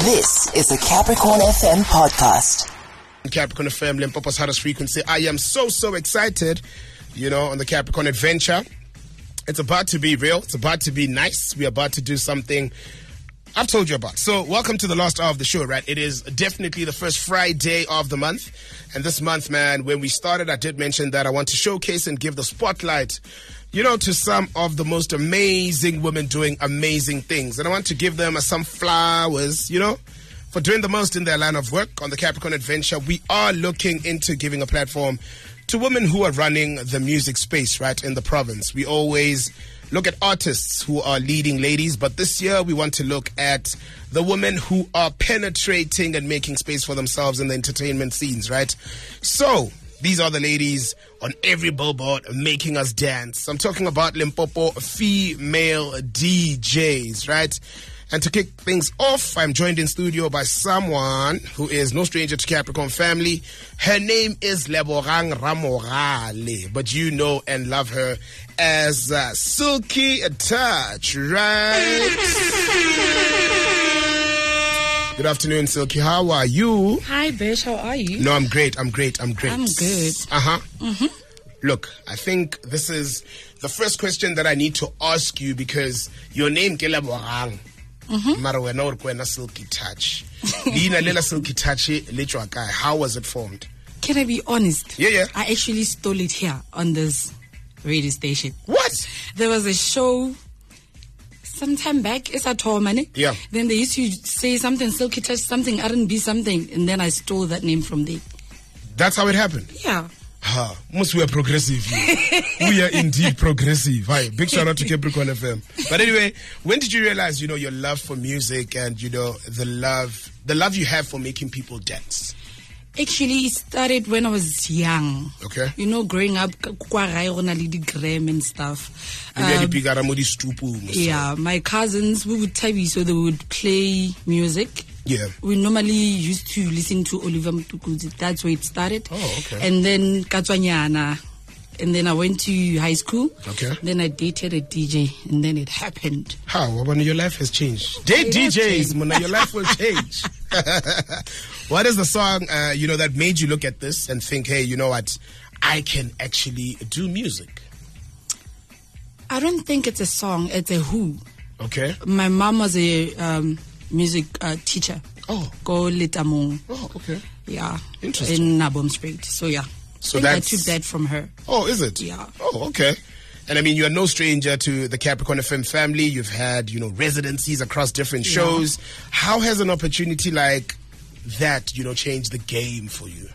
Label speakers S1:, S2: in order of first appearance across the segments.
S1: This is the Capricorn FM podcast.
S2: Capricorn FM, Limpopo's hottest frequency. I am so, so excited, you know, on the Capricorn adventure. It's about to be real. It's about to be nice. We're about to do something I've told you about. So, welcome to the last hour of the show, right? It is definitely the first Friday of the month. And this month, man, when we started, I did mention that I want to showcase and give the spotlight, you know, to some of the most amazing women doing amazing things. And I want to give them some flowers, you know? for doing the most in their line of work on the Capricorn Adventure. We are looking into giving a platform to women who are running the music space, right, in the province. We always look at artists who are leading ladies, but this year we want to look at the women who are penetrating and making space for themselves in the entertainment scenes, right? So, these are the ladies on every billboard making us dance. I'm talking about Limpopo female DJs, right? And to kick things off, I'm joined in studio by someone who is no stranger to Capricorn family. Her name is Leborang Ramorale, but you know and love her as uh, Silky Touch, right? Good afternoon, Silky. How are you?
S3: Hi, bitch. How are you?
S2: No, I'm great. I'm great. I'm great.
S3: I'm good. Mm-hmm.
S2: Uh huh. Look, I think this is the first question that I need to ask you because your name ke Lebogang.
S3: Mm-hmm.
S2: mara wena o re ke wena silky touch leina le la silky touch le tswa kae how was it formed
S3: Can I be honest?
S2: Yeah, yeah.
S3: I actually stole it here on this radio station.
S2: what
S3: There was a show sometime back. It's at home, money.
S2: Yeah.
S3: Then they used to say something silky touch, something R&B, something, and then I stole that name from there.
S2: that's how it happened
S3: Yeah.
S2: ha must we are progressive you. we are indeed progressive hi big shout out to capricorn fm but anyway when did you realize you know your love for music and you know the love the love you have for making people dance
S3: Actually, it started when I was young.
S2: Okay.
S3: You know, growing up, k- kwa gae go na le di-gram and stuff.
S2: Maybe I
S3: Um,
S2: did pick out a modi stupu, must-
S3: Yeah, my cousins, we would tell you, so they would play music.
S2: Yeah.
S3: We normally used to listen to Oliver Mtukudzi. That's where it started.
S2: Oh, okay.
S3: And then Katwanyana. And then I went to high school.
S2: Okay.
S3: Then I dated a DJ, and then it happened.
S2: How? When your life has changed. Date
S3: My life
S2: DJs,
S3: changed.
S2: Mona, your life will change. what is the song, uh, you know, that made you look at this and think, hey, you know what? I can actually do music.
S3: I don't think it's a song, it's a who.
S2: Okay.
S3: My mom was a um, music uh, teacher.
S2: Oh.
S3: Go Litamong.
S2: Oh, okay.
S3: Yeah.
S2: Interesting.
S3: In Nabom Street. So, yeah.
S2: So
S3: I think I
S2: that's-
S3: took that from her.
S2: Oh, is it?
S3: Yeah.
S2: Oh, okay. And I mean, you are no stranger to the Capricorn FM family. You've had, you know, residencies across different shows. How has an opportunity like that, you know, changed the game for you?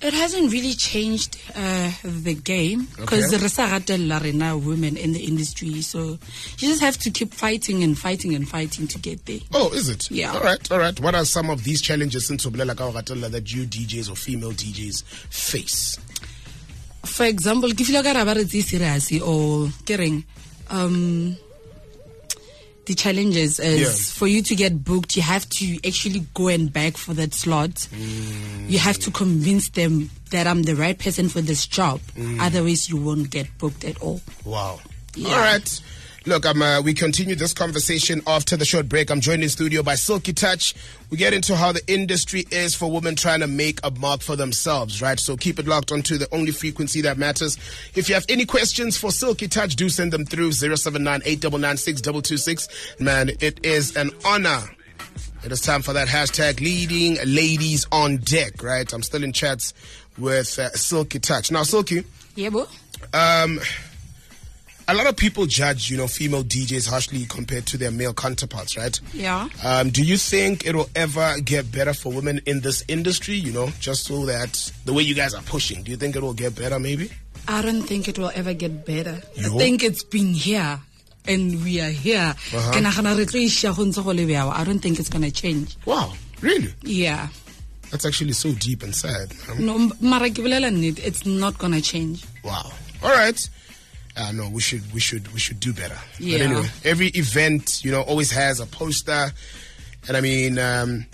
S3: It hasn't really changed uh, the game because
S2: Okay.
S3: okay. are women in the industry, so you just have to keep fighting and fighting and fighting to get there.
S2: Oh, is it?
S3: Yeah.
S2: All right, all right. What are some of these challenges since Oblela Kawagatela that you DJs or female DJs face?
S3: For example, if you look at about serious or getting um, the challenges is
S2: Yeah.
S3: for you to get booked, you have to actually go and beg for that slot.
S2: Mm.
S3: You have to convince them that I'm the right person for this job.
S2: Mm.
S3: Otherwise, you won't get booked at all.
S2: Wow.
S3: Yeah.
S2: All right. Look, um, uh, we continue this conversation after the short break. I'm joined in studio by Silky Touch. We get into how the industry is for women trying to make a mark for themselves, right? So keep it locked onto the only frequency that matters. If you have any questions for Silky Touch, do send them through 079 Man, it is an honor It is time for that hashtag leading ladies on deck, right? I'm still in chats with uh, Silky Touch. Now, Silky,
S3: Yeah, bro?
S2: a lot of people judge, you know, female DJs harshly compared to their male counterparts, right?
S3: Yeah.
S2: Um, do you think it'll ever get better for women in this industry, you know, just so that the way you guys are pushing, do you think it will get better maybe?
S3: I don't think it will ever get better.
S2: No?
S3: I think it's been here and we are here.
S2: Uh-huh.
S3: Ke nagana re tlo isha go ntse go le bjao. I don't think it's going to change.
S2: Wow, really?
S3: Yeah.
S2: That's actually so deep and sad. man.
S3: No, m- mara ke bolela nnete, it's not going to change.
S2: Wow. All right. Uh, no, we should we should we should do better.
S3: Yeah.
S2: But anyway, every event, you know, always has a poster, and I mean, um,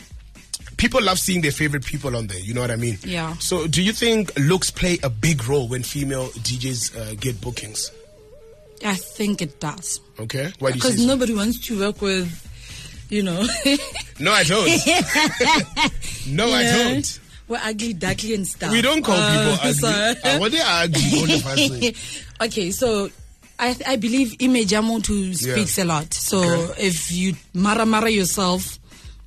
S2: people love seeing their favorite people on there. You know what I mean?
S3: Yeah.
S2: So, do you think looks play a big role when female DJs uh, get bookings?
S3: I think it does.
S2: Okay. Why do you say
S3: Because
S2: so?
S3: nobody wants to work with you know.
S2: No, I don't. no, I
S3: Yeah.
S2: don't.
S3: We're ugly, ducky, and stuff.
S2: We don't call
S3: Uh,
S2: people ugly.
S3: so-
S2: Ah, well, they are ugly, all of us. eh?
S3: okay, so I, I believe image Amuntu speaks
S2: Yeah.
S3: a lot. So
S2: Okay.
S3: if you mara mara yourself,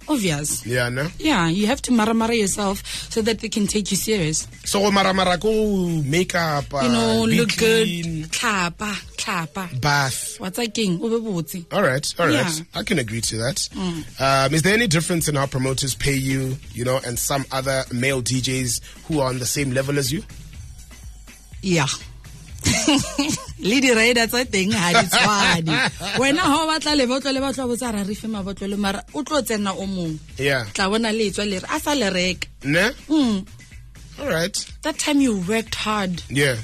S3: obvious.
S2: Yeah, no.
S3: Yeah, you have to mara mara yourself so that they can take you serious.
S2: So go mara mara go makeup, uh,
S3: You know,
S2: be
S3: look
S2: clean,
S3: good. Klapa, klapa.
S2: bath.
S3: What's that king? Ubebutsi.
S2: All right, all right.
S3: Yeah.
S2: I can agree to that. Um, is there any difference in how promoters pay you, you know, and some other male DJs who are on the same level as you?
S3: Yeah. le di-rider tsa teng ga di tshwane wena ga o batla le botlole ba tla botsa ra re fe mabotlole mara o tlo tsena o mongwe
S2: Yeah.
S3: tla bona letswa le re a sa le reka
S2: Ne?
S3: Mm.
S2: All right.
S3: that time you worked hard
S2: Yeah.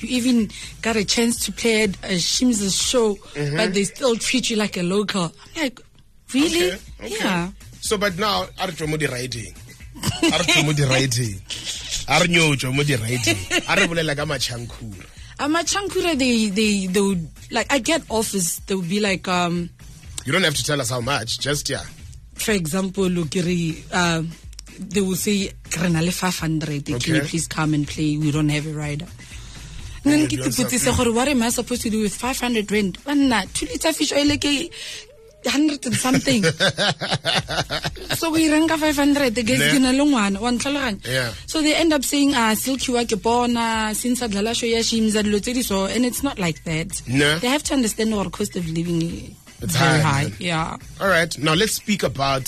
S3: you even got a chance to play at a Shim's show
S2: Mm-hmm.
S3: but they still treat you like a local I'm like really
S2: Okay, okay.
S3: yeah
S2: So, but now, are Jomodi riding? Are Jomodi riding? Are you Jomodi riding? Are you like I'm a chankura?
S3: um, at Chankura they, they they would like I get offers they would be like um
S2: You don't have to tell us how much, just yeah.
S3: for example look uh, they will say Grenale 500 can you
S2: Okay.
S3: please come and play we don't have a rider and then
S2: you
S3: ke
S2: doing
S3: tsotsise gore what am I supposed to do with 500 rand banna two liter fish oil e ke 100 and something so we rank 500 the guys
S2: Ne.
S3: ke na le ngwana wa ntlhaloganya
S2: Yeah.
S3: so they end up saying uh, silky wa ke bona since a dlala show ya shimza dilo tse di so and it's not like that
S2: Ne.
S3: they have to understand our cost of living is
S2: It's
S3: very
S2: high,
S3: high
S2: man.
S3: yeah
S2: All right. Now let's speak about,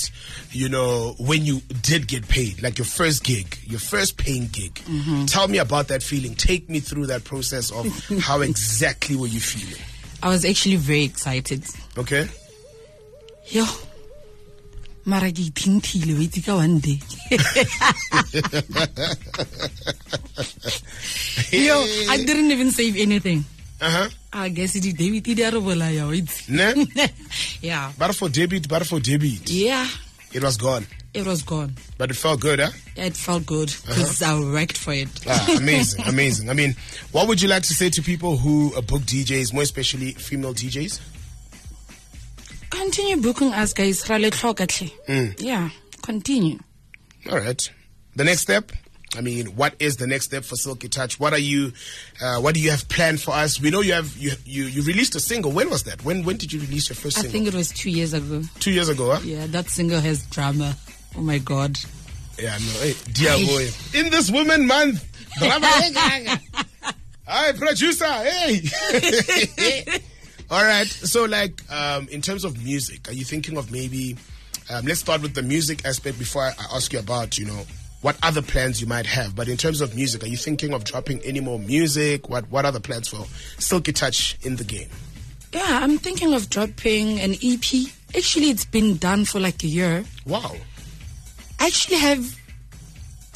S2: you know, when you did get paid, like your first gig, your first paying gig. Tell me about that feeling. Take me through that process of how exactly were you feeling?
S3: I was actually very excited.
S2: Okay.
S3: Yo. Mara ke ithintile wa itse ka one day. Yo, I didn't even save anything.
S2: Uh huh.
S3: I guess it David did a bolaya wa itse.
S2: Ne?
S3: Yeah.
S2: But for debit, but for debit,
S3: Yeah,
S2: it was gone.
S3: it was gone.
S2: But it felt good, huh?
S3: It felt good because I worked for it.
S2: Uh-huh. Ah, amazing, amazing. I mean, what would you like to say to people who uh, book DJs, more especially female DJs?
S3: Continue booking us guys ra le tlhoka tle.
S2: Mm.
S3: Yeah, continue.
S2: All right. The next step. I mean, what is the next step for Silky Touch? What are you, uh, what do you have planned for us? We know you have you you, you released a single. When was that? When when did you release your first
S3: I
S2: single?
S3: think it was 2 years ago.
S2: Two years ago, huh?
S3: Yeah, that single has drama. Oh my god.
S2: Yeah, no. Hey, dear boy. In this woman month. Drama. Hi, producer. Hey. All right. So, like, um, in terms of music, are you thinking of maybe? Um, let's start with the music aspect before I I ask you about, you know, what other plans you might have. But in terms of music, are you thinking of dropping any more music? What What are the plans for Silky Touch in the game?
S3: Yeah, I'm thinking of dropping an EP. Actually, it's been done for like a year.
S2: Wow.
S3: I actually have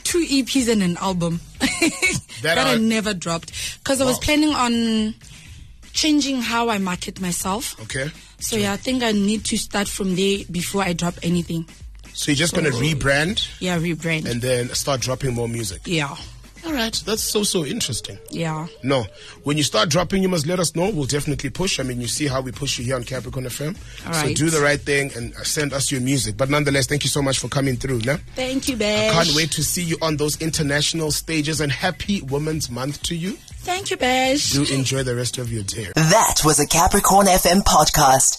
S3: two EPs and an album that, I
S2: are-
S3: never dropped because I was
S2: Wow.
S3: planning on changing how I market myself.
S2: Okay.
S3: So yeah, I think I need to start from there before I drop anything.
S2: So you're just gonna rebrand
S3: Yeah, rebrand.
S2: and then start dropping more music.
S3: yeah,
S2: All right. That's so so interesting.
S3: yeah.
S2: No. When you start dropping, you must let us know. We'll definitely push. I mean, you see how we push you here on Capricorn FM.
S3: All
S2: So
S3: right.
S2: do the right thing and uh, send us your music. But nonetheless, thank you so much for coming through. No?
S3: Thank you, Bash.
S2: Can't wait to see you on those international stages and happy Women's Month to you.
S3: Thank you, Bash.
S2: Do enjoy the rest of your day.
S1: That was a Capricorn FM podcast.